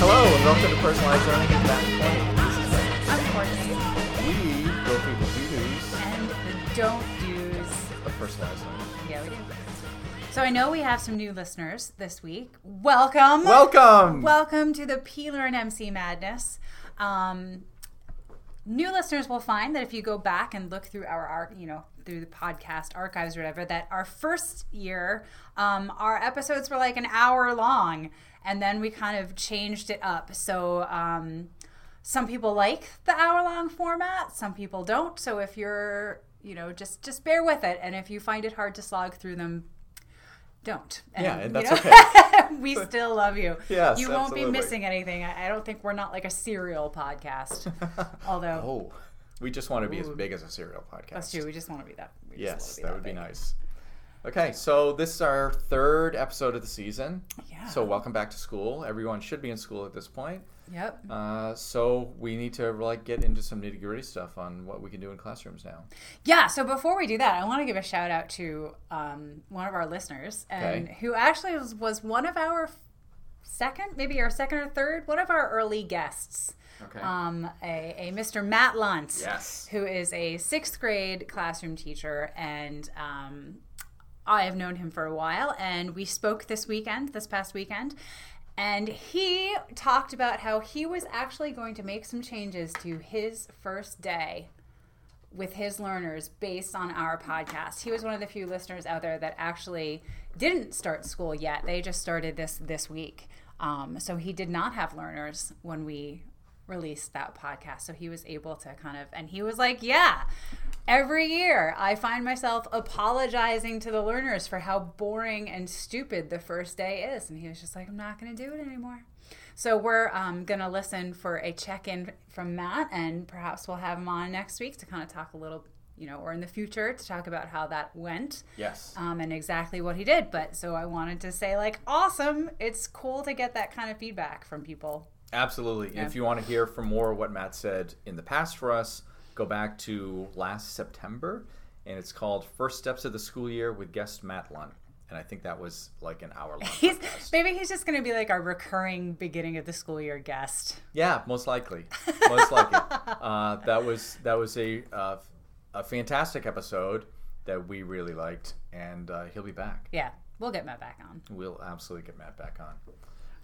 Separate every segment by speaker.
Speaker 1: welcome to Personalized Zoning and Back
Speaker 2: I'm Courtney,
Speaker 1: We go through the to-dos
Speaker 2: and the don't do's.
Speaker 1: of personalized zoning.
Speaker 2: Yeah, we did. So I know we have some new listeners this week. Welcome,
Speaker 1: Welcome!
Speaker 2: welcome to the Peeler and MC Madness. Um, new listeners will find that if you go back and look through our, ar- you know, through the podcast archives or whatever, that our first year, um, our episodes were like an hour long, and then we kind of changed it up. So um, some people like the hour long format, some people don't. So if you're, you know, just just bear with it, and if you find it hard to slog through them. Don't. And,
Speaker 1: Yeah, and
Speaker 2: you
Speaker 1: that's
Speaker 2: know,
Speaker 1: okay.
Speaker 2: we still love you.
Speaker 1: Yes,
Speaker 2: you won't
Speaker 1: absolutely.
Speaker 2: be missing anything. I, I don't think we're not like a serial podcast. Although,
Speaker 1: Oh, we just want to be as big as a serial podcast.
Speaker 2: that's true. We just want to be that. we just
Speaker 1: Yes, that
Speaker 2: wanna
Speaker 1: would be
Speaker 2: big.
Speaker 1: nice. Okay, so this is our third episode of the season.
Speaker 2: Yeah.
Speaker 1: So welcome back to school. Everyone should be in school at this point.
Speaker 2: Yep.
Speaker 1: Uh, so we need to like get into some nitty gritty stuff on what we can do in classrooms now.
Speaker 2: Yeah. So before we do that, I want to give a shout out to um, one of our listeners, and
Speaker 1: Okay.
Speaker 2: who actually was, was one of our f- second, maybe our second or third, one of our early guests.
Speaker 1: Okay.
Speaker 2: Um, a, a Mr. Matt Luntz.
Speaker 1: yes.
Speaker 2: who is a sixth grade classroom teacher and um, i have known him for a while and we spoke this weekend this past weekend and he talked about how he was actually going to make some changes to his first day with his learners based on our podcast. He was one of the few listeners out there that actually didn't start school yet. They just started this this week. Um, so he did not have learners when we released that podcast. So he was able to kind of, and he was like, yeah. Every year, I find myself apologizing to the learners for how boring and stupid the first day is. And he was just like, I'm not going to do it anymore. So we're um, going to listen for a check-in from Matt, and perhaps we'll have him on next week to kind of talk a little, you know, or in the future to talk about how that went
Speaker 1: Yes.
Speaker 2: um, and exactly what he did. But so I wanted to say, like, awesome! It's cool to get that kind of feedback from people.
Speaker 1: Absolutely. And If you want to hear from more what Matt said in the past for us, go back to last September, and it's called First Steps of the School Year with guest Matt Lunt. And I think that was like an hour long.
Speaker 2: He's maybe he's just going to be like our recurring beginning of the school year guest.
Speaker 1: Yeah, most likely, most likely. Uh, that was that was a uh, a fantastic episode that we really liked, and uh, he'll be back.
Speaker 2: Yeah, we'll get Matt back on.
Speaker 1: We'll absolutely get Matt back on. All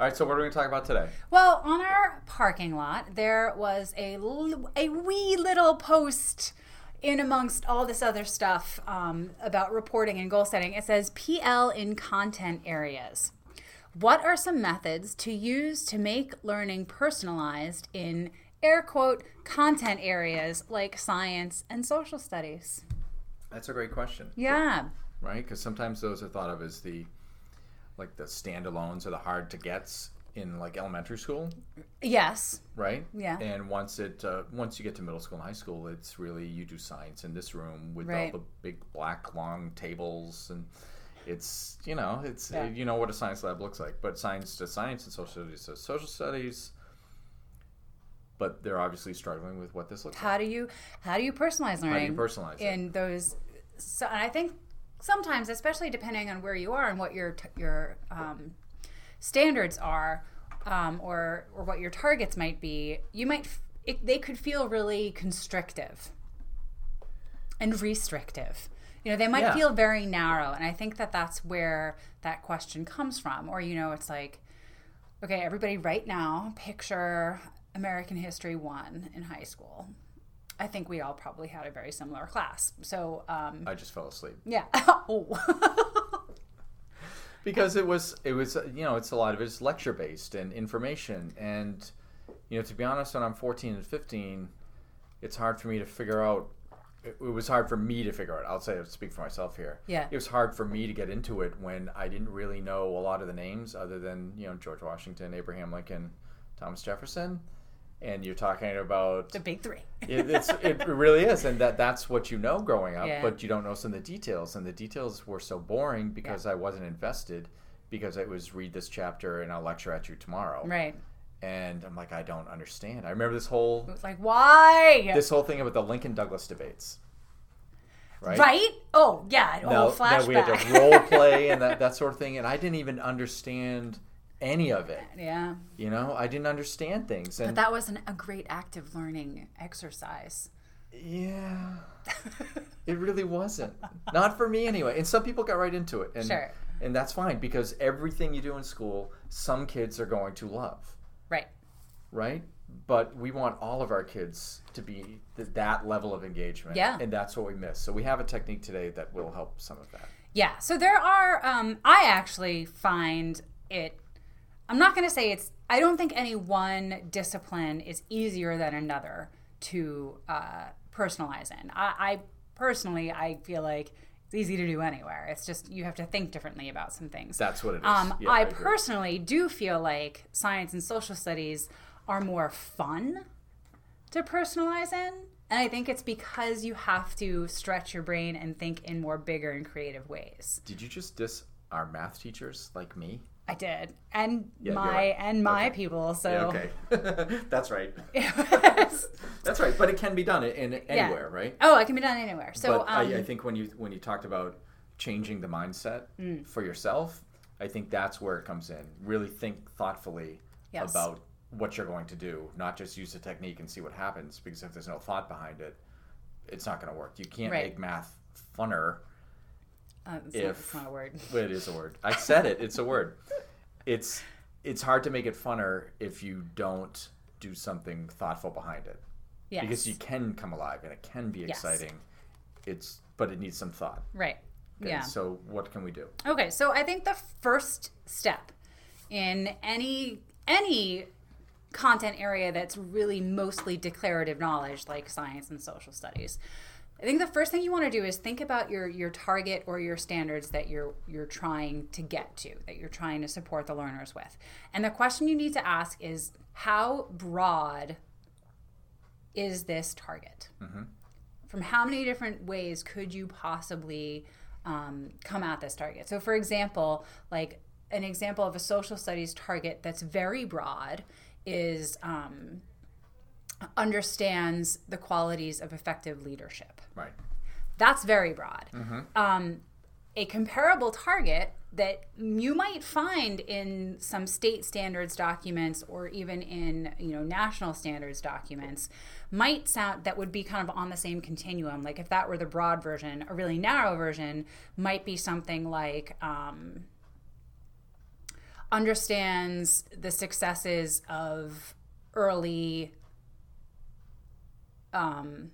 Speaker 1: right, so what are we going to talk about today?
Speaker 2: Well, on our parking lot, there was a l- a wee little post in amongst all this other stuff um, about reporting and goal setting. It says PL in content areas. What are some methods to use to make learning personalized in air quote content areas like science and social studies?
Speaker 1: That's a great question,
Speaker 2: Yeah.
Speaker 1: right? Because sometimes those are thought of as the like the standalones or the hard to gets in like elementary school,
Speaker 2: Yes.
Speaker 1: right?
Speaker 2: Yeah.
Speaker 1: And once it uh, once you get to middle school and high school, it's really you do science in this room with
Speaker 2: Right.
Speaker 1: all the big black long tables and it's you know it's
Speaker 2: Yeah.
Speaker 1: you know what a science lab looks like, but science to science and social studies to social studies. But they're obviously struggling with what this looks like.
Speaker 2: How do you how do you personalize learning?
Speaker 1: How do you personalize it?
Speaker 2: in those. So, and I think sometimes, especially depending on where you are and what your t- your um, standards are, um, or or what your targets might be, you might f- it, they could feel really constrictive and restrictive. You know, they might
Speaker 1: Yeah.
Speaker 2: feel very narrow, and I think that that's where that question comes from. Or you know, it's like, okay, everybody, right now, picture American History one in high school. I think we all probably had a very similar class. So, um,
Speaker 1: I just fell asleep.
Speaker 2: yeah. oh.
Speaker 1: because it was it was uh, you know it's a lot of it's lecture based and information and you know to be honest when i'm 14 and 15 it's hard for me to figure out it, it was hard for me to figure out i'll say speak for myself here
Speaker 2: Yeah.
Speaker 1: it was hard for me to get into it when i didn't really know a lot of the names other than you know george washington abraham lincoln thomas jefferson and you're talking about
Speaker 2: the big three.
Speaker 1: it, it's, it really is, and that that's what you know growing up,
Speaker 2: Yeah.
Speaker 1: but you don't know some of the details, and the details were so boring because I wasn't invested, because it was read this chapter and I'll lecture at you tomorrow,
Speaker 2: Right.
Speaker 1: and I'm like I don't understand. I remember this whole
Speaker 2: It was like, why?
Speaker 1: this whole thing about the Lincoln Douglas debates, right?
Speaker 2: right? Oh, yeah.
Speaker 1: Now-
Speaker 2: Oh,
Speaker 1: now
Speaker 2: flashback.
Speaker 1: we had to role play and that, that sort of thing, and I didn't even understand any of it.
Speaker 2: Yeah.
Speaker 1: You know, I didn't understand things,
Speaker 2: But
Speaker 1: and
Speaker 2: that wasn't a great active learning exercise.
Speaker 1: yeah, it really wasn't. Not for me anyway. And some people got right into it, and
Speaker 2: Sure.
Speaker 1: and that's fine because everything you do in school, some kids are going to love,
Speaker 2: right.
Speaker 1: right? But we want all of our kids to be th- that level of engagement,
Speaker 2: Yeah.
Speaker 1: and that's what we miss. So we have a technique today that will help some of that.
Speaker 2: Yeah. So there are, um, I actually find it, I'm not going to say it's, I don't think any one discipline is easier than another to uh, personalize in. I, I personally, I feel like it's easy to do anywhere. It's just you have to think differently about some things.
Speaker 1: That's what it is.
Speaker 2: Um,
Speaker 1: Yeah,
Speaker 2: I,
Speaker 1: agree.
Speaker 2: personally do feel like science and social studies are more fun to personalize in. And I think it's because you have to stretch your brain and think in more bigger and creative ways.
Speaker 1: Did you just diss our math teachers like me?
Speaker 2: I did, and
Speaker 1: Yeah, you're
Speaker 2: my
Speaker 1: right.
Speaker 2: and my people. So
Speaker 1: okay. that's right.
Speaker 2: it was-
Speaker 1: That's right. But it can be done in, in anywhere, right?
Speaker 2: oh, it can be done anywhere.
Speaker 1: but
Speaker 2: So um,
Speaker 1: I, I think when you when you talked about changing the mindset
Speaker 2: Mm.
Speaker 1: for yourself, I think that's where it comes in. Really think thoughtfully
Speaker 2: Yes.
Speaker 1: about what you're going to do, not just use the technique and see what happens. Because if there's no thought behind it, it's not going to work. You can't
Speaker 2: Right.
Speaker 1: make math funner.
Speaker 2: uh, it's,
Speaker 1: if-
Speaker 2: not, it's not a word.
Speaker 1: But it is a word. I said it. It's a word. It's it's hard to make it funner if you don't do something thoughtful behind it.
Speaker 2: Yes,
Speaker 1: because you can come alive and it can be
Speaker 2: Yes.
Speaker 1: exciting. It's but it needs some thought.
Speaker 2: right.
Speaker 1: Okay,
Speaker 2: Yeah.
Speaker 1: So what can we do?
Speaker 2: Okay, so I think the first step in any any content area that's really mostly declarative knowledge like science and social studies. I think the first thing you want to do is think about your your target or your standards that you're you're trying to get to, that you're trying to support the learners with. And the question you need to ask is how broad is this target? from how many different ways could you possibly um, come at this target? So, for example, like an example of a social studies target that's very broad is um, understands the qualities of effective leadership.
Speaker 1: Right.
Speaker 2: That's very broad. Um, a comparable target that you might find in some state standards documents or even in you know national standards documents might sound that would be kind of on the same continuum like if that were the broad version a really narrow version might be something like um, understands the successes of early um,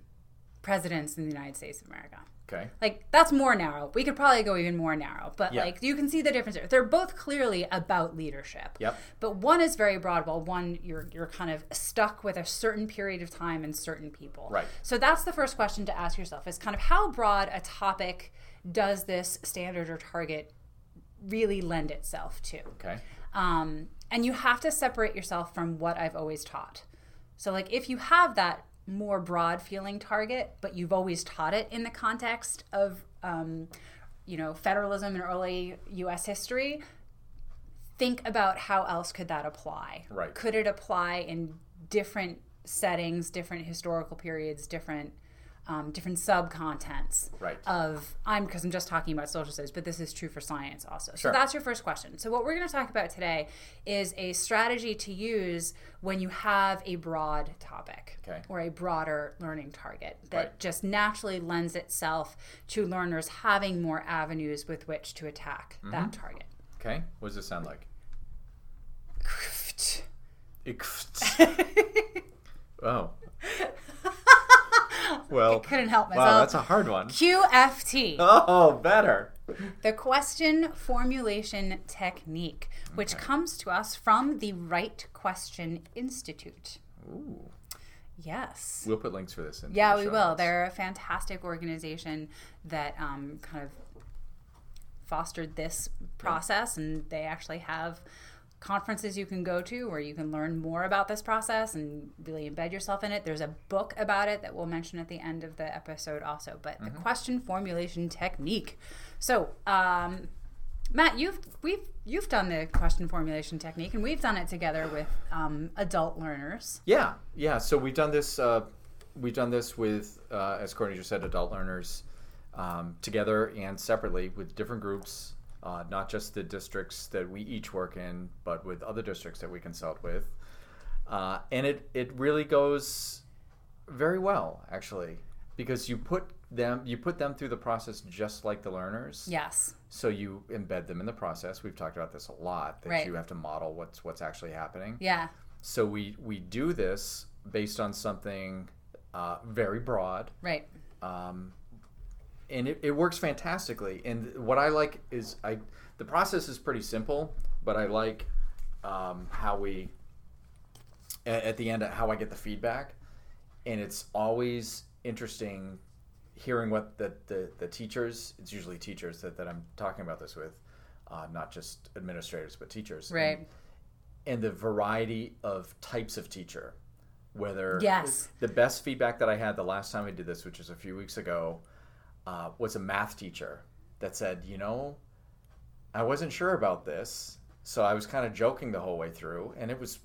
Speaker 2: presidents in the united states of america
Speaker 1: Okay.
Speaker 2: like that's more narrow. We could probably go even more narrow, but
Speaker 1: Yeah.
Speaker 2: like you can see the difference there. They're both clearly about leadership.
Speaker 1: Yep.
Speaker 2: But one is very broad, while one you're you're kind of stuck with a certain period of time and certain people.
Speaker 1: Right.
Speaker 2: So that's the first question to ask yourself is kind of how broad a topic does this standard or target really lend itself to?
Speaker 1: Okay.
Speaker 2: Um, and you have to separate yourself from what I've always taught. So, like, if you have that more broad feeling target, but you've always taught it in the context of, um, you know, federalism and early US history, think about how else could that apply?
Speaker 1: Right.
Speaker 2: Could it apply in different settings, different historical periods, different. Um, different subcontents Uh,
Speaker 1: Right.
Speaker 2: of I'm because I'm just talking about social studies, but this is true for science also.
Speaker 1: Sure.
Speaker 2: So that's your first question. So what we're going to talk about today is a strategy to use when you have a broad topic
Speaker 1: Okay.
Speaker 2: or a broader learning target that
Speaker 1: Right.
Speaker 2: just naturally lends itself to learners having more avenues with which to attack
Speaker 1: Mm-hmm.
Speaker 2: that target.
Speaker 1: Okay. What does this sound like? oh. well.
Speaker 2: Couldn't help
Speaker 1: Wow,
Speaker 2: myself.
Speaker 1: that's a hard one.
Speaker 2: QFT.
Speaker 1: Oh, better.
Speaker 2: The question formulation technique, which comes to us from the Right Question Institute.
Speaker 1: Ooh.
Speaker 2: Yes.
Speaker 1: We'll put links for this in.
Speaker 2: Yeah,
Speaker 1: the
Speaker 2: we
Speaker 1: show
Speaker 2: will.
Speaker 1: notes.
Speaker 2: They're a fantastic organization that um, kind of fostered this process, and they actually have conferences you can go to where you can learn more about this process and really embed yourself in it. There's a book about it that we'll mention at the end of the episode, also. But
Speaker 1: Mm-hmm.
Speaker 2: the question formulation technique. So, um, Matt, you've we've you've done the question formulation technique, and we've done it together with um, adult learners.
Speaker 1: Yeah, yeah. So we've done this. Uh, we've done this with, uh, as Courtney just said, adult learners um, together and separately with different groups uh, not just the districts that we each work in, but with other districts that we consult with. Uh, and it, it really goes very well, actually, because you put them you put them through the process just like the learners.
Speaker 2: Yes.
Speaker 1: So you embed them in the process. We've talked about this a lot that
Speaker 2: Right.
Speaker 1: you have to model what's what's actually happening.
Speaker 2: Yeah.
Speaker 1: So we we do this based on something uh, very broad,
Speaker 2: Right.
Speaker 1: um, and it, it works fantastically. And what I like is I the process is pretty simple, but I like um, how we a- at the end how I get the feedback, and it's always interesting hearing what the the, the teachers. It's usually teachers that, that I'm talking about this with, uh, not just administrators, but teachers. and-
Speaker 2: Right.
Speaker 1: and the variety of types of teacher. Whether
Speaker 2: Yes.
Speaker 1: the best feedback that I had the last time we did this, which was a few weeks ago, uh, was a math teacher that said, you know, I wasn't sure about this, so I was kind of joking the whole way through, and it was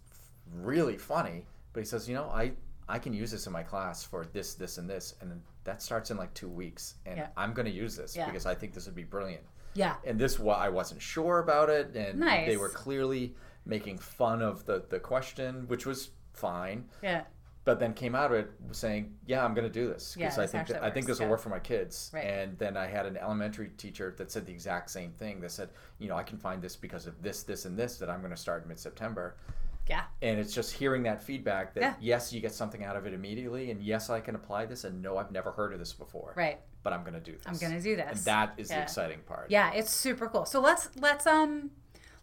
Speaker 1: really funny. But he says, you know, I I can use this in my class for this, this, and this, and then that starts in like two weeks, and
Speaker 2: Yeah.
Speaker 1: I'm going to use this
Speaker 2: Yeah.
Speaker 1: because I think this would be brilliant
Speaker 2: Yeah.
Speaker 1: and this wa- I wasn't sure about it, and
Speaker 2: Nice.
Speaker 1: they were clearly making fun of the the question, which was fine.
Speaker 2: Yeah.
Speaker 1: But then came out of it saying, "Yeah, I'm going to do this
Speaker 2: Yeah,
Speaker 1: because I
Speaker 2: this
Speaker 1: think
Speaker 2: actually
Speaker 1: that, I think
Speaker 2: works,
Speaker 1: this will
Speaker 2: yeah.
Speaker 1: work for my kids."
Speaker 2: Right.
Speaker 1: And then I had an elementary teacher that said the exact same thing. That said, "You know, I can find this because of this, this, and this that I'm going to start mid September."
Speaker 2: Yeah.
Speaker 1: And it's just hearing that feedback that
Speaker 2: Yeah.
Speaker 1: yes, you get something out of it immediately, and yes, I can apply this, and no, I've never heard of this before,
Speaker 2: Right.
Speaker 1: but I'm going to do this.
Speaker 2: I'm gonna do this.
Speaker 1: And that is the
Speaker 2: Yeah.
Speaker 1: exciting part.
Speaker 2: Yeah, it's super cool. So let's let's um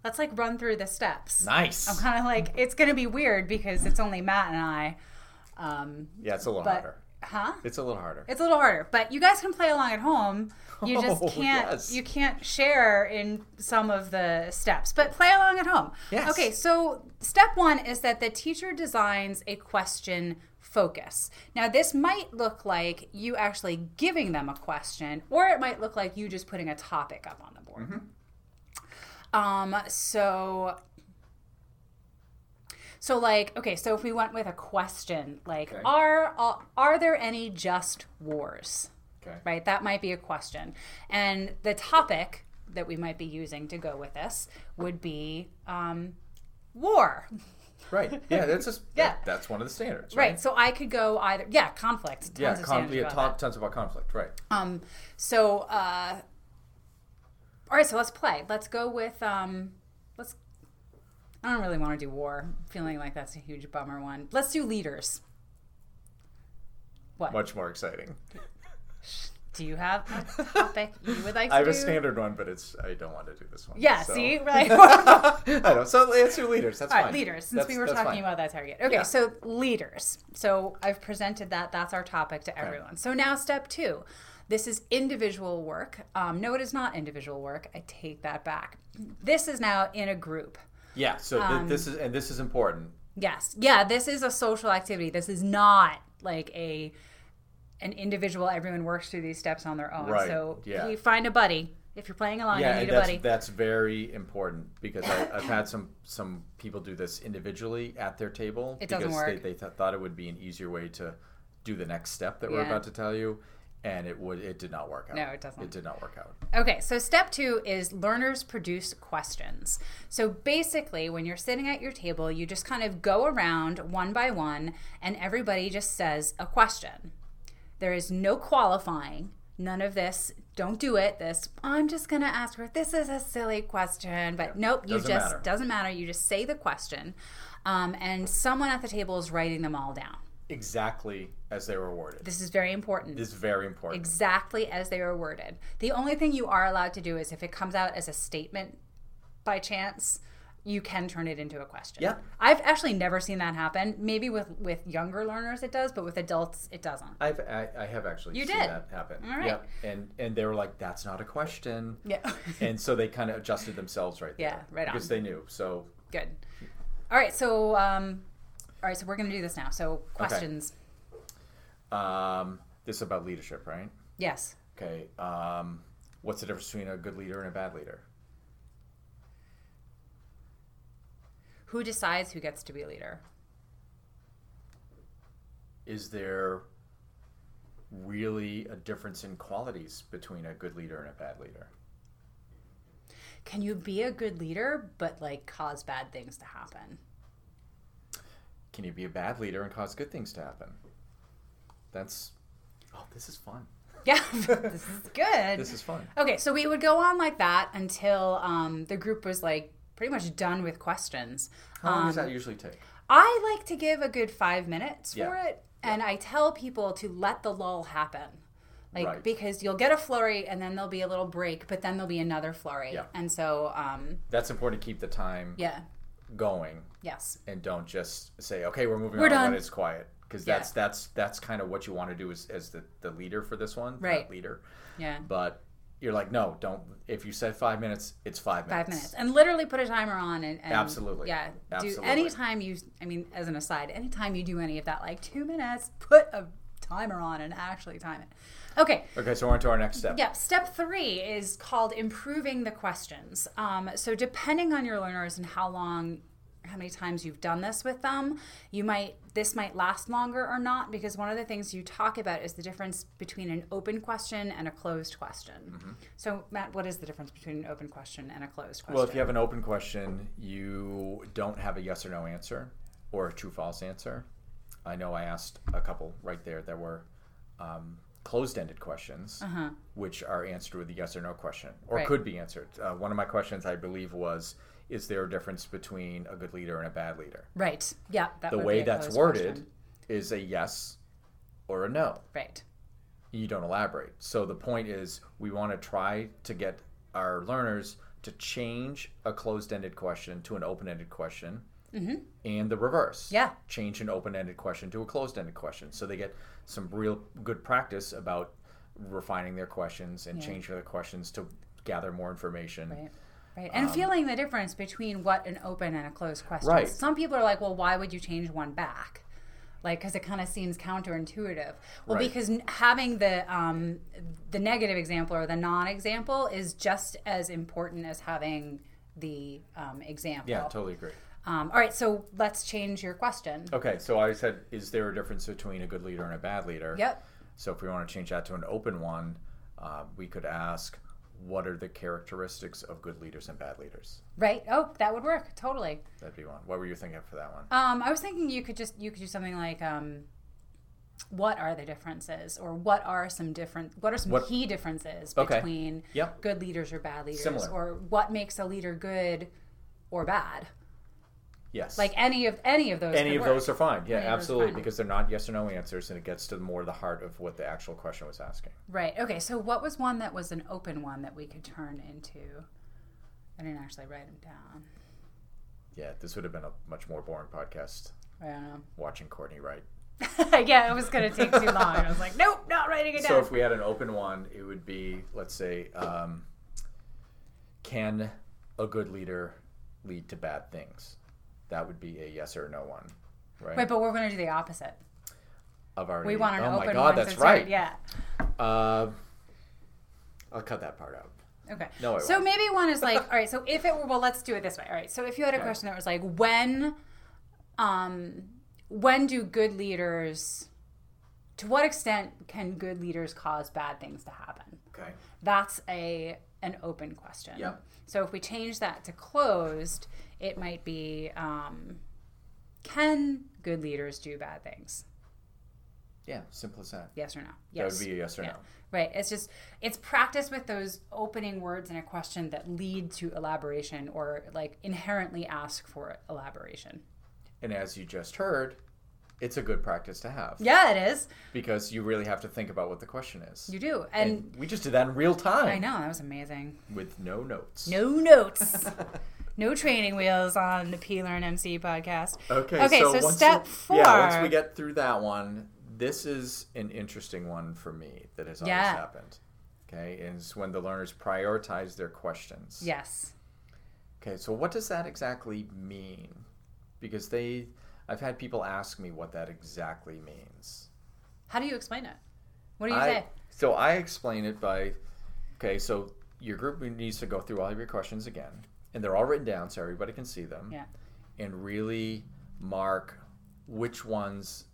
Speaker 2: let's like run through the steps.
Speaker 1: Nice.
Speaker 2: I'm kind of like it's gonna be weird because it's only Matt and I. Um,
Speaker 1: Yeah, it's a little
Speaker 2: But-
Speaker 1: harder.
Speaker 2: huh?
Speaker 1: It's a little harder.
Speaker 2: It's a little harder, but you guys can play along at home. You just
Speaker 1: Oh,
Speaker 2: can't
Speaker 1: yes.
Speaker 2: you can't share in some of the steps, but play along at home.
Speaker 1: Yes.
Speaker 2: Okay, so step 1 is that the teacher designs a question focus. Now, this might look like you actually giving them a question or it might look like you just putting a topic up on the board.
Speaker 1: Mm-hmm.
Speaker 2: Um, so so like okay, so if we went with a question, like
Speaker 1: Okay.
Speaker 2: are are, are there any just wars?
Speaker 1: okay.
Speaker 2: Right? That might be a question. And the topic that we might be using to go with this would be um, war.
Speaker 1: Right. Yeah, that's just
Speaker 2: Yeah.
Speaker 1: that- that's one of the standards. Right.
Speaker 2: Right. So I could go either yeah, conflict. Tons
Speaker 1: Yeah,
Speaker 2: of
Speaker 1: con-
Speaker 2: standards
Speaker 1: yeah
Speaker 2: about that.
Speaker 1: talk, tons about conflict. Right.
Speaker 2: Um, so, uh, all right, so let's play. Let's go with, um, let's, I don't really want to do war. Feeling like that's a huge bummer one. Let's do leaders. What?
Speaker 1: Much more exciting.
Speaker 2: Do you have a topic you would like to
Speaker 1: I have a
Speaker 2: do?
Speaker 1: standard one, but it's I don't want to do this one.
Speaker 2: yeah,
Speaker 1: so-
Speaker 2: see? Right.
Speaker 1: I know. So it's your leaders. That's
Speaker 2: All
Speaker 1: fine.
Speaker 2: right, leaders. Since
Speaker 1: That's-
Speaker 2: we were
Speaker 1: that's
Speaker 2: talking
Speaker 1: fine.
Speaker 2: about that target. Okay,
Speaker 1: Yeah.
Speaker 2: so leaders. So I've presented that. That's our topic to everyone. So now step two. This is individual work. Um, no, it is not individual work. I take that back. This is now in a group.
Speaker 1: Yeah. So th- this
Speaker 2: um,
Speaker 1: is and this is important.
Speaker 2: Yes. Yeah, this is a social activity. This is not like a an individual everyone works through these steps on their own.
Speaker 1: Right,
Speaker 2: So
Speaker 1: yeah.
Speaker 2: you find a buddy. If you're playing along,
Speaker 1: Yeah,
Speaker 2: you
Speaker 1: and
Speaker 2: need a
Speaker 1: that's
Speaker 2: buddy.
Speaker 1: that's very important because I, I've had some some people do this individually at their table
Speaker 2: It
Speaker 1: because
Speaker 2: doesn't work.
Speaker 1: they, they th- thought it would be an easier way to do the next step that we're
Speaker 2: Yeah.
Speaker 1: about to tell you, and it would it did not work out.
Speaker 2: No, it doesn't.
Speaker 1: It did not work out.
Speaker 2: Okay, so step two is learners produce questions. So basically, when you're sitting at your table, you just kind of go around one by one and everybody just says a question. There is no qualifying, none of this, don't do it, this, I'm just gonna ask her, this is a silly question, but nope, you
Speaker 1: doesn't
Speaker 2: just,
Speaker 1: matter.
Speaker 2: doesn't matter, you just say the question. Um, and someone at the table is writing them all down.
Speaker 1: Exactly as they were awarded.
Speaker 2: This is very important.
Speaker 1: is very important.
Speaker 2: exactly as they are worded. The only thing you are allowed to do is if it comes out as a statement by chance, you can turn it into a question.
Speaker 1: Yeah.
Speaker 2: I've actually never seen that happen. Maybe with with younger learners it does, but with adults it doesn't.
Speaker 1: I've I, I have actually
Speaker 2: You
Speaker 1: seen
Speaker 2: did.
Speaker 1: that happen.
Speaker 2: All right.
Speaker 1: Yeah. And and they were like, "That's not a question."
Speaker 2: Yeah.
Speaker 1: and so they kind of adjusted themselves right there.
Speaker 2: Yeah, right
Speaker 1: Because
Speaker 2: on.
Speaker 1: they knew. So
Speaker 2: Good. All right, so um all right, so we're going to do this now. So questions.
Speaker 1: um, this is about leadership, right?
Speaker 2: Yes.
Speaker 1: Okay. Um, what's the difference between a good leader and a bad leader?
Speaker 2: Who decides who gets to be leader?
Speaker 1: Is there really a difference in qualities between a good leader and a bad leader?
Speaker 2: can you be a good leader but like cause bad things to happen?
Speaker 1: Can you be a bad leader and cause good things to happen? That's oh, this is fun.
Speaker 2: Yeah, this is good.
Speaker 1: This is fun.
Speaker 2: Okay, so we would go on like that until um, the group was like pretty much done with questions.
Speaker 1: How long does that usually take?
Speaker 2: I like to give a good five minutes
Speaker 1: Yeah.
Speaker 2: for it, and I tell people to let the lull happen. Like,
Speaker 1: Right.
Speaker 2: because you'll get a flurry and then there'll be a little break, but then there'll be another flurry.
Speaker 1: Yeah.
Speaker 2: And so, um,
Speaker 1: That's important to keep the time
Speaker 2: yeah,
Speaker 1: going
Speaker 2: yes.
Speaker 1: and don't just say, "Okay, we're moving
Speaker 2: We're
Speaker 1: on."
Speaker 2: done.
Speaker 1: When it's quiet, because
Speaker 2: Yeah.
Speaker 1: that's that's that's kind of what you want to do as, as the, the leader for this one, not
Speaker 2: Right.
Speaker 1: Leader,
Speaker 2: Yeah.
Speaker 1: but you're like, no, don't. If you said five minutes, it's five minutes.
Speaker 2: Five minutes. And literally put a timer on and, and
Speaker 1: Absolutely.
Speaker 2: Yeah.
Speaker 1: Absolutely.
Speaker 2: Do anytime you I mean, as an aside, anytime you do any of that, like two minutes, put a timer on and actually time it. Okay.
Speaker 1: Okay, so we're on to our next step.
Speaker 2: Yeah, step three is called improving the questions. Um, so, depending on your learners and how long, how many times you've done this with them, you might this might last longer or not. Because one of the things you talk about is the difference between an open question and a closed question.
Speaker 1: Mm-hmm.
Speaker 2: So, Matt, what is the difference between an open question and a closed question?
Speaker 1: Well, if you have an open question, you don't have a yes or no answer or a true false answer. I know I asked a couple right there that were um, closed ended questions, which are answered with a yes or no question or
Speaker 2: Uh-huh. Right.
Speaker 1: could be answered. Uh, one of my questions, I believe, was Is there a difference between a good leader and a bad leader?
Speaker 2: right, yeah, that
Speaker 1: The
Speaker 2: would be
Speaker 1: way
Speaker 2: a
Speaker 1: that's
Speaker 2: closed
Speaker 1: worded
Speaker 2: question.
Speaker 1: is a yes or a no.
Speaker 2: right?
Speaker 1: you don't elaborate. So the point is, we want to try to get our learners to change a closed-ended question to an open-ended question, and the reverse.
Speaker 2: Mm-hmm. Yeah.
Speaker 1: change an open-ended question to a closed-ended question, so they get some real good practice about refining their questions and changing their questions to gather more information.
Speaker 2: Right. Right. And feeling the difference between what an open and a closed question.
Speaker 1: Um, Right.
Speaker 2: is. Some people are like, well, why would you change one back? Like, because it kind of seems counterintuitive. Well,
Speaker 1: Right.
Speaker 2: because n- having the um, the negative example or the non-example is just as important as having the um, example.
Speaker 1: Yeah, totally agree.
Speaker 2: um, all right, so let's change your question.
Speaker 1: Okay, so I said, is there a difference between a good leader and a bad leader?
Speaker 2: Yep.
Speaker 1: So if we want to change that to an open one, uh, we could ask, what are the characteristics of good leaders and bad leaders?
Speaker 2: Right. Oh, that would work totally.
Speaker 1: That'd be one. What were you thinking for that one?
Speaker 2: Um, I was thinking you could just you could do something like um, what are the differences, or what are some different, what are some
Speaker 1: What-
Speaker 2: key differences
Speaker 1: Okay.
Speaker 2: between
Speaker 1: Yep.
Speaker 2: good leaders or bad leaders,
Speaker 1: Similar.
Speaker 2: or what makes a leader good or bad?
Speaker 1: Yes.
Speaker 2: Like any of any of those.
Speaker 1: any
Speaker 2: could
Speaker 1: of
Speaker 2: work.
Speaker 1: those are fine. Yeah,
Speaker 2: Any of those are
Speaker 1: absolutely,
Speaker 2: fine.
Speaker 1: because they're not yes or no answers, and it gets to more the heart of what the actual question was asking.
Speaker 2: Right. Okay. So what was one that was an open one that we could turn into? I didn't actually write them down.
Speaker 1: Yeah, this would have been a much more boring podcast
Speaker 2: I don't know.
Speaker 1: watching Courtney write.
Speaker 2: yeah, it was going to take too long. I was like, nope, not writing it
Speaker 1: So
Speaker 2: down.
Speaker 1: if we had an open one, it would be let's say, um, can a good leader lead to bad things? That would be a yes or no one, right?
Speaker 2: Wait, but we're going to do the opposite.
Speaker 1: I've already.
Speaker 2: We want an
Speaker 1: oh
Speaker 2: open
Speaker 1: my God,
Speaker 2: one.
Speaker 1: that's
Speaker 2: so
Speaker 1: right.
Speaker 2: sorry, Yeah.
Speaker 1: Uh, I'll cut that part out.
Speaker 2: Okay.
Speaker 1: No, I
Speaker 2: so
Speaker 1: won't.
Speaker 2: maybe one is like, all right. So if it were, well, let's do it this way. All right. So if you had a
Speaker 1: Okay.
Speaker 2: question that was like, when, um, when do good leaders, to what extent can good leaders cause bad things to happen?
Speaker 1: Okay.
Speaker 2: That's a an open question.
Speaker 1: Yeah.
Speaker 2: So if we change that to closed, it might be, um, can good leaders do bad things?
Speaker 1: Yeah, simple as that.
Speaker 2: Yes or no?
Speaker 1: That
Speaker 2: Yes.
Speaker 1: would be a yes or
Speaker 2: Yeah.
Speaker 1: no.
Speaker 2: Right. It's just it's practice with those opening words in a question that lead to elaboration or like inherently ask for elaboration.
Speaker 1: And as you just heard, it's a good practice to have
Speaker 2: Yeah, it is.
Speaker 1: because you really have to think about what the question is.
Speaker 2: You do. And,
Speaker 1: and we just did that in real time
Speaker 2: I know, that was amazing.
Speaker 1: with no notes.
Speaker 2: No notes. no training wheels on the P Learn MC podcast.
Speaker 1: Okay.
Speaker 2: Okay, so
Speaker 1: once
Speaker 2: step
Speaker 1: we- Yeah, once
Speaker 2: four.
Speaker 1: we get through that one, this is an interesting one for me that has always
Speaker 2: Yeah.
Speaker 1: happened. Okay, and it's when the learners prioritize their questions.
Speaker 2: Yes.
Speaker 1: Okay, so what does that exactly mean? Because they, I've had people ask me what that exactly means.
Speaker 2: How do you explain it? What do you
Speaker 1: I,
Speaker 2: say?
Speaker 1: So I explain it by, okay, so your group needs to go through all of your questions again, and they're all written down so everybody can see them,
Speaker 2: Yeah.
Speaker 1: and really mark which ones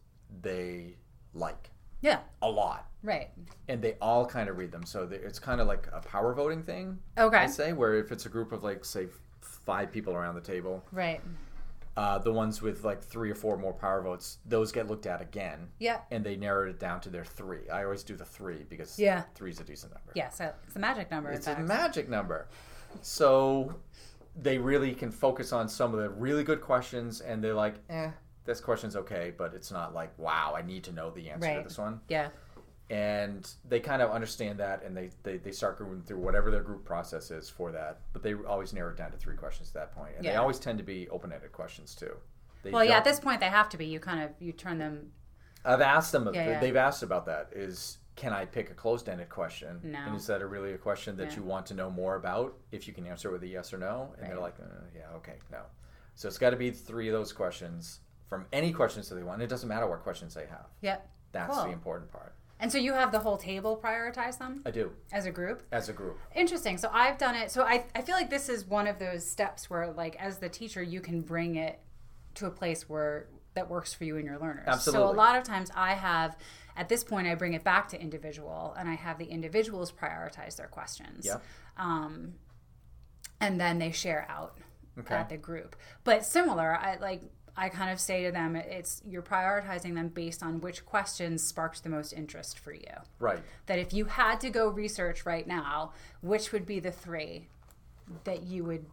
Speaker 1: they like.
Speaker 2: Yeah.
Speaker 1: a lot,
Speaker 2: Right.
Speaker 1: and they all kind of read them. So they, it's kind of like a power voting thing.
Speaker 2: Okay.
Speaker 1: I say where if it's a group of like say five people around the table,
Speaker 2: Right.
Speaker 1: uh, the ones with like three or four more power votes, those get looked at again.
Speaker 2: Yeah.
Speaker 1: And they narrowed it down to their three. I always do the three because
Speaker 2: Yeah.
Speaker 1: three's a decent number.
Speaker 2: Yeah. So it's a magic number. in
Speaker 1: It's a
Speaker 2: fact.
Speaker 1: magic number. So they really can focus on some of the really good questions and they're like, eh, this question's okay, but it's not like, wow, I need to know the answer to
Speaker 2: Right.
Speaker 1: this one.
Speaker 2: yeah.
Speaker 1: And they kind of understand that and they, they, they start going through whatever their group process is for that. But they always narrow it down to three questions at that point. And they
Speaker 2: Yeah.
Speaker 1: always tend to be open ended questions too. They
Speaker 2: Well, yeah.
Speaker 1: don't-
Speaker 2: At this point, they have to be. You kind of you turn them.
Speaker 1: I've asked them.
Speaker 2: Yeah, yeah.
Speaker 1: They've asked about that. Is can I pick a closed-ended question?
Speaker 2: No.
Speaker 1: And is that a really a question that
Speaker 2: Yeah.
Speaker 1: you want to know more about? If you can answer with a yes or no, and they're like,
Speaker 2: Right.
Speaker 1: uh, yeah, okay, no. So it's got to be three of those questions from any questions that they want. And it doesn't matter what questions they have.
Speaker 2: Yep.
Speaker 1: That's the
Speaker 2: Cool.
Speaker 1: important part.
Speaker 2: And so you have the whole table prioritize them
Speaker 1: I do
Speaker 2: as a group.
Speaker 1: as a group.
Speaker 2: Interesting. So I've done it. So I, I feel like this is one of those steps where, like, as the teacher, you can bring it to a place where that works for you and your learners. So a
Speaker 1: Absolutely.
Speaker 2: lot of times I have, at this point, I bring it back to individual and I have the individuals prioritize their questions.
Speaker 1: Yeah.
Speaker 2: Um, and then they share out
Speaker 1: Okay.
Speaker 2: at the group. But similar, I like. I kind of say to them, it's you're prioritizing them based on which questions sparked the most interest for you
Speaker 1: Right.
Speaker 2: that if you had to go research right now, which would be the three that you would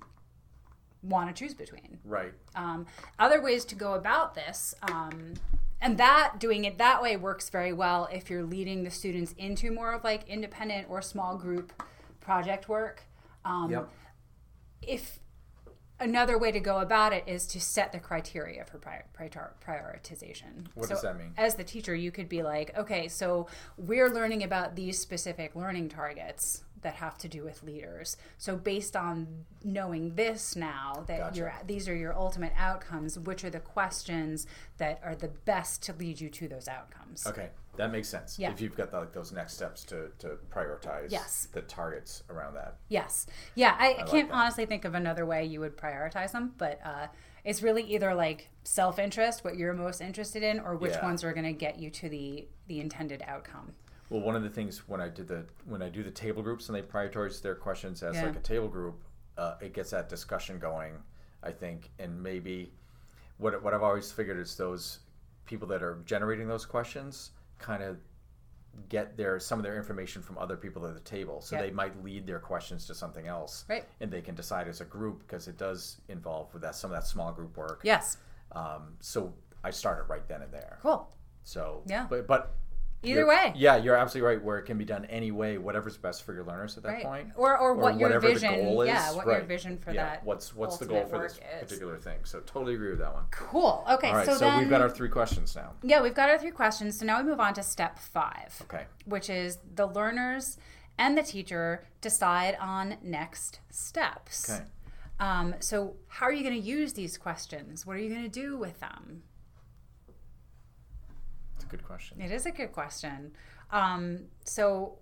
Speaker 2: want to choose between?
Speaker 1: Right.
Speaker 2: Um, other ways to go about this, um, and that doing it that way works very well if you're leading the students into more of like independent or small group project work. Um,
Speaker 1: yep.
Speaker 2: If another way to go about it is to set the criteria for prior, prior, prioritization.
Speaker 1: What
Speaker 2: So
Speaker 1: does that mean?
Speaker 2: As the teacher, you could be like, okay, so we're learning about these specific learning targets that have to do with leaders. So based on knowing this now that
Speaker 1: Gotcha.
Speaker 2: your these are your ultimate outcomes, which are the questions that are the best to lead you to those outcomes.
Speaker 1: Okay, that makes sense.
Speaker 2: Yeah.
Speaker 1: If you've got the, like those next steps to to prioritize
Speaker 2: Yes.
Speaker 1: the targets around that.
Speaker 2: Yes. Yeah, I, I can't
Speaker 1: that.
Speaker 2: honestly think of another way you would prioritize them, but uh, it's really either like self interest, what you're most interested in, or which
Speaker 1: Yeah.
Speaker 2: ones are going to get you to the the intended outcome.
Speaker 1: Well, one of the things when I did the when I do the table groups and they prioritize their questions as
Speaker 2: Yeah.
Speaker 1: like a table group, uh, it gets that discussion going. I think, and maybe what what I've always figured is those people that are generating those questions kind of get their some of their information from other people at the table, so
Speaker 2: Yep.
Speaker 1: they might lead their questions to something else,
Speaker 2: Right.
Speaker 1: And they can decide as a group because it does involve with that some of that small group work.
Speaker 2: Yes.
Speaker 1: Um, so I started right then and there.
Speaker 2: Cool.
Speaker 1: So
Speaker 2: Yeah.
Speaker 1: but but
Speaker 2: Either
Speaker 1: you're-
Speaker 2: way.
Speaker 1: yeah, you're absolutely right. Where it can be done any way, whatever's best for your learners at that
Speaker 2: Right.
Speaker 1: point,
Speaker 2: Or, or what your
Speaker 1: whatever the
Speaker 2: vision.
Speaker 1: goal is,
Speaker 2: yeah. What your
Speaker 1: right.
Speaker 2: vision for
Speaker 1: yeah.
Speaker 2: that.
Speaker 1: What's what's the goal
Speaker 2: ultimate
Speaker 1: for
Speaker 2: work
Speaker 1: this
Speaker 2: is.
Speaker 1: particular thing? So totally agree with that one.
Speaker 2: Cool. Okay.
Speaker 1: All right,
Speaker 2: so,
Speaker 1: so,
Speaker 2: then
Speaker 1: we've got our three questions now.
Speaker 2: yeah we've got our three questions. So now we move on to step five.
Speaker 1: Okay,
Speaker 2: which is the learners and the teacher decide on next steps.
Speaker 1: Okay.
Speaker 2: Um, so, how are you going to use these questions? What are you going to do with them?
Speaker 1: it's a good question.
Speaker 2: It is a good question. Um, so,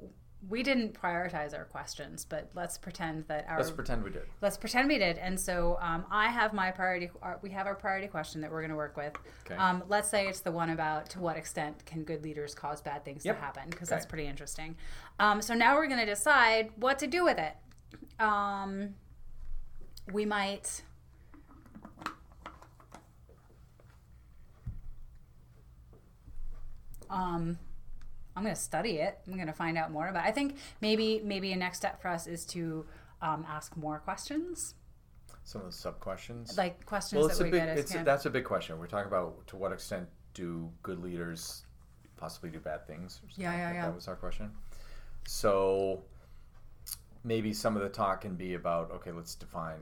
Speaker 2: we didn't prioritize our questions, but let's pretend that our
Speaker 1: Let's pretend we did.
Speaker 2: let's pretend we did. And so, um, I have my priority. Our, we have our priority question that we're going to work with.
Speaker 1: Okay.
Speaker 2: Um, let's say it's the one about to what extent can good leaders cause bad things
Speaker 1: Yep.
Speaker 2: to happen, because
Speaker 1: Okay.
Speaker 2: that's pretty interesting. Um, so now we're going to decide what to do with it. Um, we might. Um, I'm going to study it. I'm going to find out more about. I think maybe maybe a next step for us is to um, ask more questions,
Speaker 1: Some of the sub questions.
Speaker 2: like questions
Speaker 1: well,
Speaker 2: that
Speaker 1: it's a
Speaker 2: we
Speaker 1: big.
Speaker 2: get. as
Speaker 1: It's
Speaker 2: kind of-
Speaker 1: that's a big question. We're talking about to what extent do good leaders possibly do bad things? or something
Speaker 2: Yeah, yeah,
Speaker 1: like
Speaker 2: yeah.
Speaker 1: That was our question. So maybe some of the talk can be about okay, let's define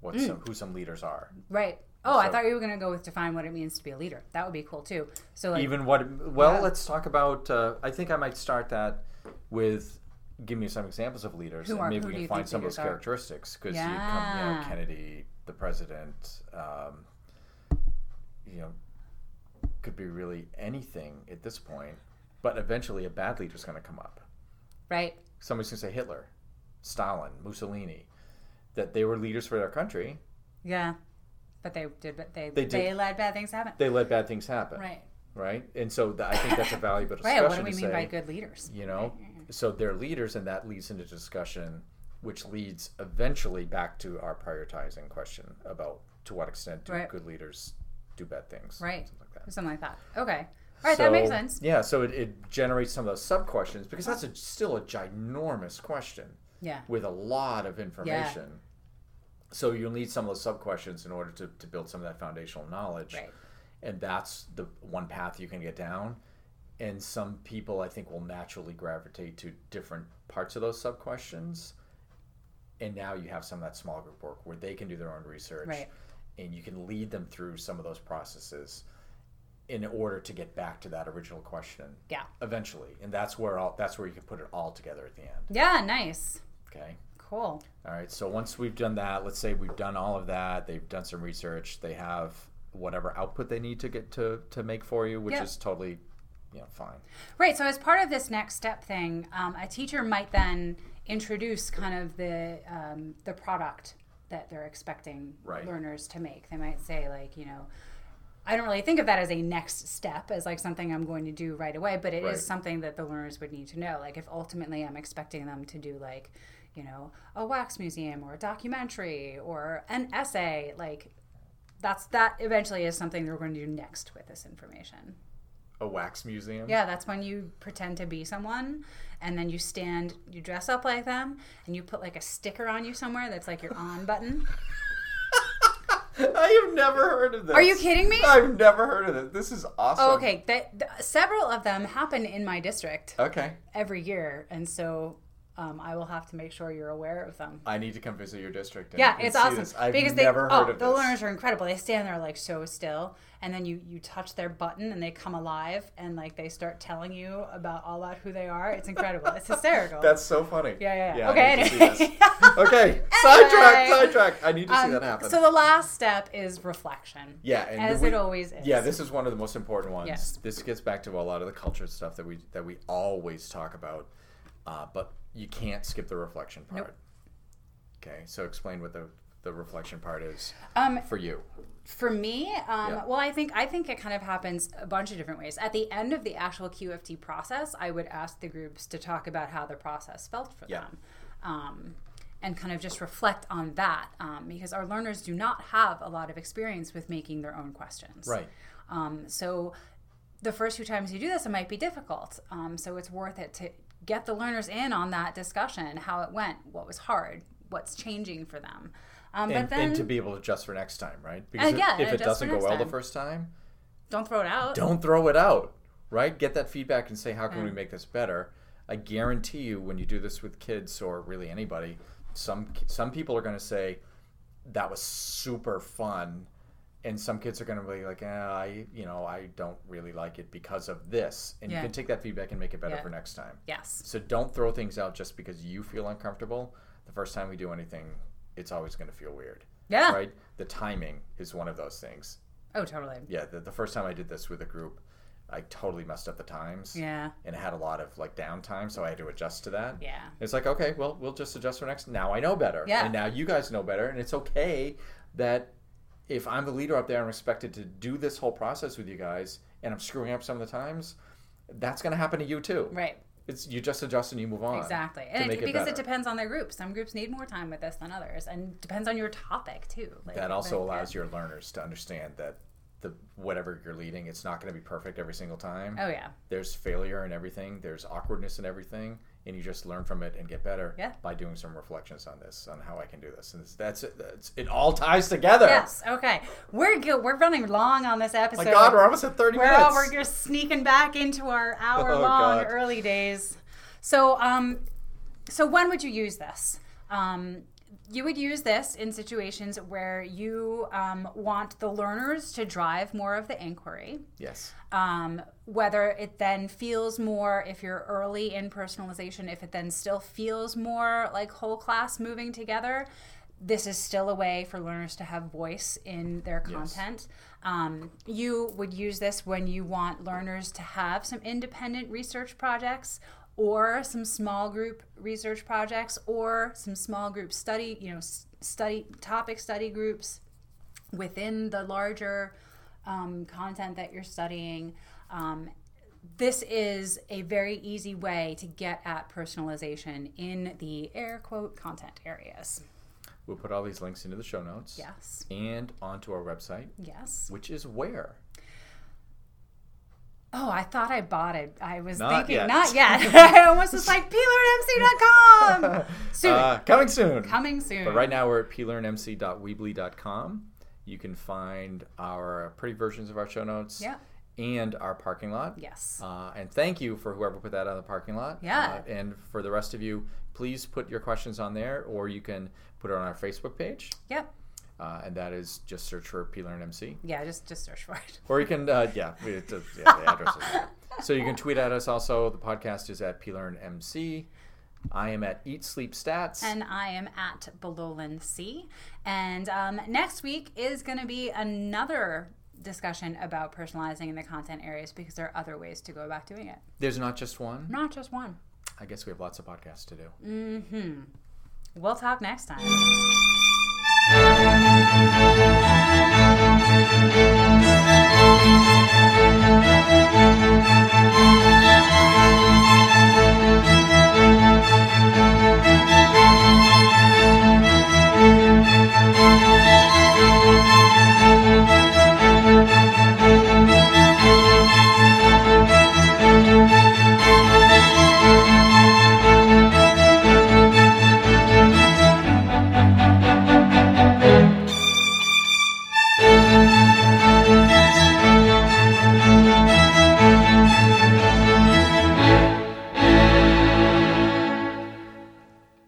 Speaker 1: what
Speaker 2: Mm.
Speaker 1: some, who some leaders are.
Speaker 2: Right. Oh, I
Speaker 1: So-
Speaker 2: thought you were going to go with define what it means to be a leader. That would be cool too. So like,
Speaker 1: even what well
Speaker 2: Yeah.
Speaker 1: let's talk about uh, i think i might start that with give me some examples of leaders
Speaker 2: Who
Speaker 1: and
Speaker 2: are-
Speaker 1: maybe
Speaker 2: who
Speaker 1: we
Speaker 2: do
Speaker 1: can
Speaker 2: you
Speaker 1: find
Speaker 2: think
Speaker 1: some of those
Speaker 2: leaders are?
Speaker 1: characteristics because you come you know
Speaker 2: Yeah.
Speaker 1: kennedy the president um, you know could be really anything at this point but eventually a bad leader's going to come up
Speaker 2: right.
Speaker 1: somebody's going to say hitler stalin mussolini that they were leaders for their country
Speaker 2: Yeah. But they did. But they
Speaker 1: They
Speaker 2: they,
Speaker 1: did.
Speaker 2: let bad things happen.
Speaker 1: they let bad things happen
Speaker 2: right.
Speaker 1: right? And so th- I think that's a valuable discussion.
Speaker 2: Right. What do we
Speaker 1: to
Speaker 2: mean
Speaker 1: say,
Speaker 2: by good leaders?
Speaker 1: You know,
Speaker 2: Mm-hmm,
Speaker 1: so they're leaders, and that leads into discussion, which leads eventually back to our prioritizing question about to what extent do
Speaker 2: Right.
Speaker 1: good leaders do bad things,
Speaker 2: Right.
Speaker 1: Something like that.
Speaker 2: Or something like that. Okay. All right. that makes
Speaker 1: So,
Speaker 2: sense.
Speaker 1: Yeah, so it, it generates some of those sub questions because that's a, still a ginormous question
Speaker 2: Yeah.
Speaker 1: with a lot of information. So you'll need some of those sub questions in order to, to build some of that foundational knowledge.
Speaker 2: Right.
Speaker 1: And that's the one path you can get down. And some people I think will naturally gravitate to different parts of those sub questions. And now you have some of that small group work where they can do their own research
Speaker 2: Right.
Speaker 1: and you can lead them through some of those processes in order to get back to that original question
Speaker 2: Yeah.
Speaker 1: eventually. And that's where all that's where you can put it all together at the end.
Speaker 2: Yeah. Nice.
Speaker 1: Okay.
Speaker 2: Cool.
Speaker 1: All right. So once we've done that, let's say we've done all of that. They've done some research. They have whatever output they need to get to to make for you, which
Speaker 2: Yeah.
Speaker 1: is totally, you know, fine.
Speaker 2: Right. So, as part of this next step thing, um, a teacher might then introduce kind of the um, the product that they're expecting
Speaker 1: Right.
Speaker 2: learners to make. They might say, like, you know, I don't really think of that as a next step, as like something I'm going to do right away, but it is
Speaker 1: Right.
Speaker 2: something that the learners would need to know. Like, if ultimately I'm expecting them to do like, you know, a wax museum or a documentary or an essay, like. That's that eventually is something they're going to do next with this information.
Speaker 1: A wax museum.
Speaker 2: Yeah, that's when you pretend to be someone and then you stand, you dress up like them, and you put like a sticker on you somewhere that's like your on button.
Speaker 1: I have never heard of this.
Speaker 2: Are you kidding me?
Speaker 1: I've never heard of it. This is awesome.
Speaker 2: Oh, okay, that, th- several of them happen in my district
Speaker 1: Okay.
Speaker 2: every year, and so um, I will have to make sure you're aware of them.
Speaker 1: I need to come visit your district. And,
Speaker 2: Yeah,
Speaker 1: and
Speaker 2: it's
Speaker 1: see
Speaker 2: awesome
Speaker 1: this. I've
Speaker 2: because
Speaker 1: never heard
Speaker 2: they oh
Speaker 1: of
Speaker 2: the
Speaker 1: this.
Speaker 2: learners are incredible. They stand there like so still, and then you you touch their button and they come alive and like they start telling you about all about who they are. It's incredible. It's hysterical.
Speaker 1: That's so funny.
Speaker 2: Yeah, yeah, yeah.
Speaker 1: yeah I
Speaker 2: Okay,
Speaker 1: need to see
Speaker 2: anyway.
Speaker 1: this. okay. Sidetrack. Sidetrack. I need to see
Speaker 2: Um,
Speaker 1: that happen.
Speaker 2: So the last step is reflection.
Speaker 1: Yeah, and
Speaker 2: as
Speaker 1: we-
Speaker 2: it always is.
Speaker 1: Yeah, this is one of the most important ones.
Speaker 2: Yes.
Speaker 1: This gets back to a lot of the culture stuff that we that we always talk about, uh, but you can't skip the reflection part. Okay, so explain what the the reflection part is
Speaker 2: Um,
Speaker 1: for you.
Speaker 2: for me, um,
Speaker 1: Yeah.
Speaker 2: well, I think I think it kind of happens a bunch of different ways. At the end of the actual QFT process, I would ask the groups to talk about how the process felt for
Speaker 1: Yeah.
Speaker 2: them, um, and kind of just reflect on that um, because our learners do not have a lot of experience with making their own questions.
Speaker 1: Right.
Speaker 2: Um, so the first few times you do this, it might be difficult. Um, so it's worth it to get the learners in on that discussion, how it went, what was hard, what's changing for them. Um,
Speaker 1: And,
Speaker 2: but then Uh,
Speaker 1: and to be able to adjust for next time, right? Because if-
Speaker 2: yeah,
Speaker 1: if, it
Speaker 2: adjust for
Speaker 1: doesn't go
Speaker 2: next
Speaker 1: well the
Speaker 2: time.
Speaker 1: first time,
Speaker 2: don't throw it out.
Speaker 1: don't throw it out, right? Get that feedback and say, how can we
Speaker 2: Mm.
Speaker 1: make this better? I guarantee you, when you do this with kids or really anybody, some some people are going to say that was super fun, and some kids are going to be like, eh, I you know I don't really like it because of this, and
Speaker 2: Yeah.
Speaker 1: you can take that feedback and make it better
Speaker 2: Yeah.
Speaker 1: for next time.
Speaker 2: Yes.
Speaker 1: So don't throw things out just because you feel uncomfortable. The first time we do anything, it's always going to feel weird,
Speaker 2: Yeah.
Speaker 1: right? The timing is one of those things
Speaker 2: Oh, totally.
Speaker 1: yeah the, the first time i did this with a group i totally messed up the times
Speaker 2: Yeah.
Speaker 1: and it had a lot of like downtime so i had to adjust to that
Speaker 2: Yeah.
Speaker 1: it's like okay well we'll just adjust for next now i know better
Speaker 2: Yeah.
Speaker 1: and now you guys know better and it's okay that if i'm the leader up there i'm expected to do this whole process with you guys and i'm screwing up some of the times that's going to happen to you too
Speaker 2: Right.
Speaker 1: it's you just adjust and you move on
Speaker 2: Exactly.
Speaker 1: to
Speaker 2: And
Speaker 1: make
Speaker 2: it,
Speaker 1: it
Speaker 2: because it
Speaker 1: better.
Speaker 2: depends on their group. Some groups need more time with this than others, and depends on your topic too. Like,
Speaker 1: that
Speaker 2: but,
Speaker 1: also
Speaker 2: yeah.
Speaker 1: allows your learners to understand that the whatever you're leading it's not going to be perfect every single time
Speaker 2: Oh yeah.
Speaker 1: there's failure in everything, there's awkwardness in everything, and you just learn from it and get better
Speaker 2: Yeah.
Speaker 1: by doing some reflections on this, on how I can do this. And it's- that's it. That's, it all ties together. Oh
Speaker 2: Yes. Okay. We're good. We're running long on this episode.
Speaker 1: My God, we're almost at 30
Speaker 2: We're
Speaker 1: minutes.
Speaker 2: all, we're just sneaking back into our hour long
Speaker 1: God.
Speaker 2: early days. So um, so when would you use this? Um, you would use this in situations where you um, want the learners to drive more of the inquiry.
Speaker 1: yes.
Speaker 2: um, whether it then feels more if you're early in personalization if it then still feels more like whole class moving together this is still a way for learners to have voice in their content um, you would use this when you want learners to have some independent research projects or some small group research projects or some small group study you know s- study topic study groups within the larger um, content that you're studying. Um, this is a very easy way to get at personalization in the air quote content areas.
Speaker 1: We'll put all these links into the show notes.
Speaker 2: Yes.
Speaker 1: And onto our website,
Speaker 2: Yes.
Speaker 1: which is where?
Speaker 2: Oh, I thought I bought it. I was
Speaker 1: Not
Speaker 2: thinking,
Speaker 1: yet.
Speaker 2: not yet. I almost was like, peelermc.com. Soon.
Speaker 1: Uh, coming soon.
Speaker 2: Coming soon.
Speaker 1: But right now we're at plearnmc.weebly.com. You can find our pretty versions of our show notes
Speaker 2: Yep.
Speaker 1: and our parking lot.
Speaker 2: Yes.
Speaker 1: Uh, and thank you for whoever put that on the parking lot.
Speaker 2: Yeah.
Speaker 1: Uh, and for the rest of you, please put your questions on there or you can put it on our Facebook page.
Speaker 2: Yep.
Speaker 1: Uh, and that is just search for PLearnMC.
Speaker 2: Yeah, just just search for it.
Speaker 1: Or you can, uh, yeah, we- it does- yeah, the address is there. So you can tweet at us also. The podcast is at PLearnMC. I am at Eat Sleep Stats.
Speaker 2: And I am at Belolin C. And um, next week is going to be another discussion about personalizing in the content areas because there are other ways to go about doing it,
Speaker 1: There's not just one.
Speaker 2: not just one.
Speaker 1: I guess we have lots of podcasts to do.
Speaker 2: We'll talk next time.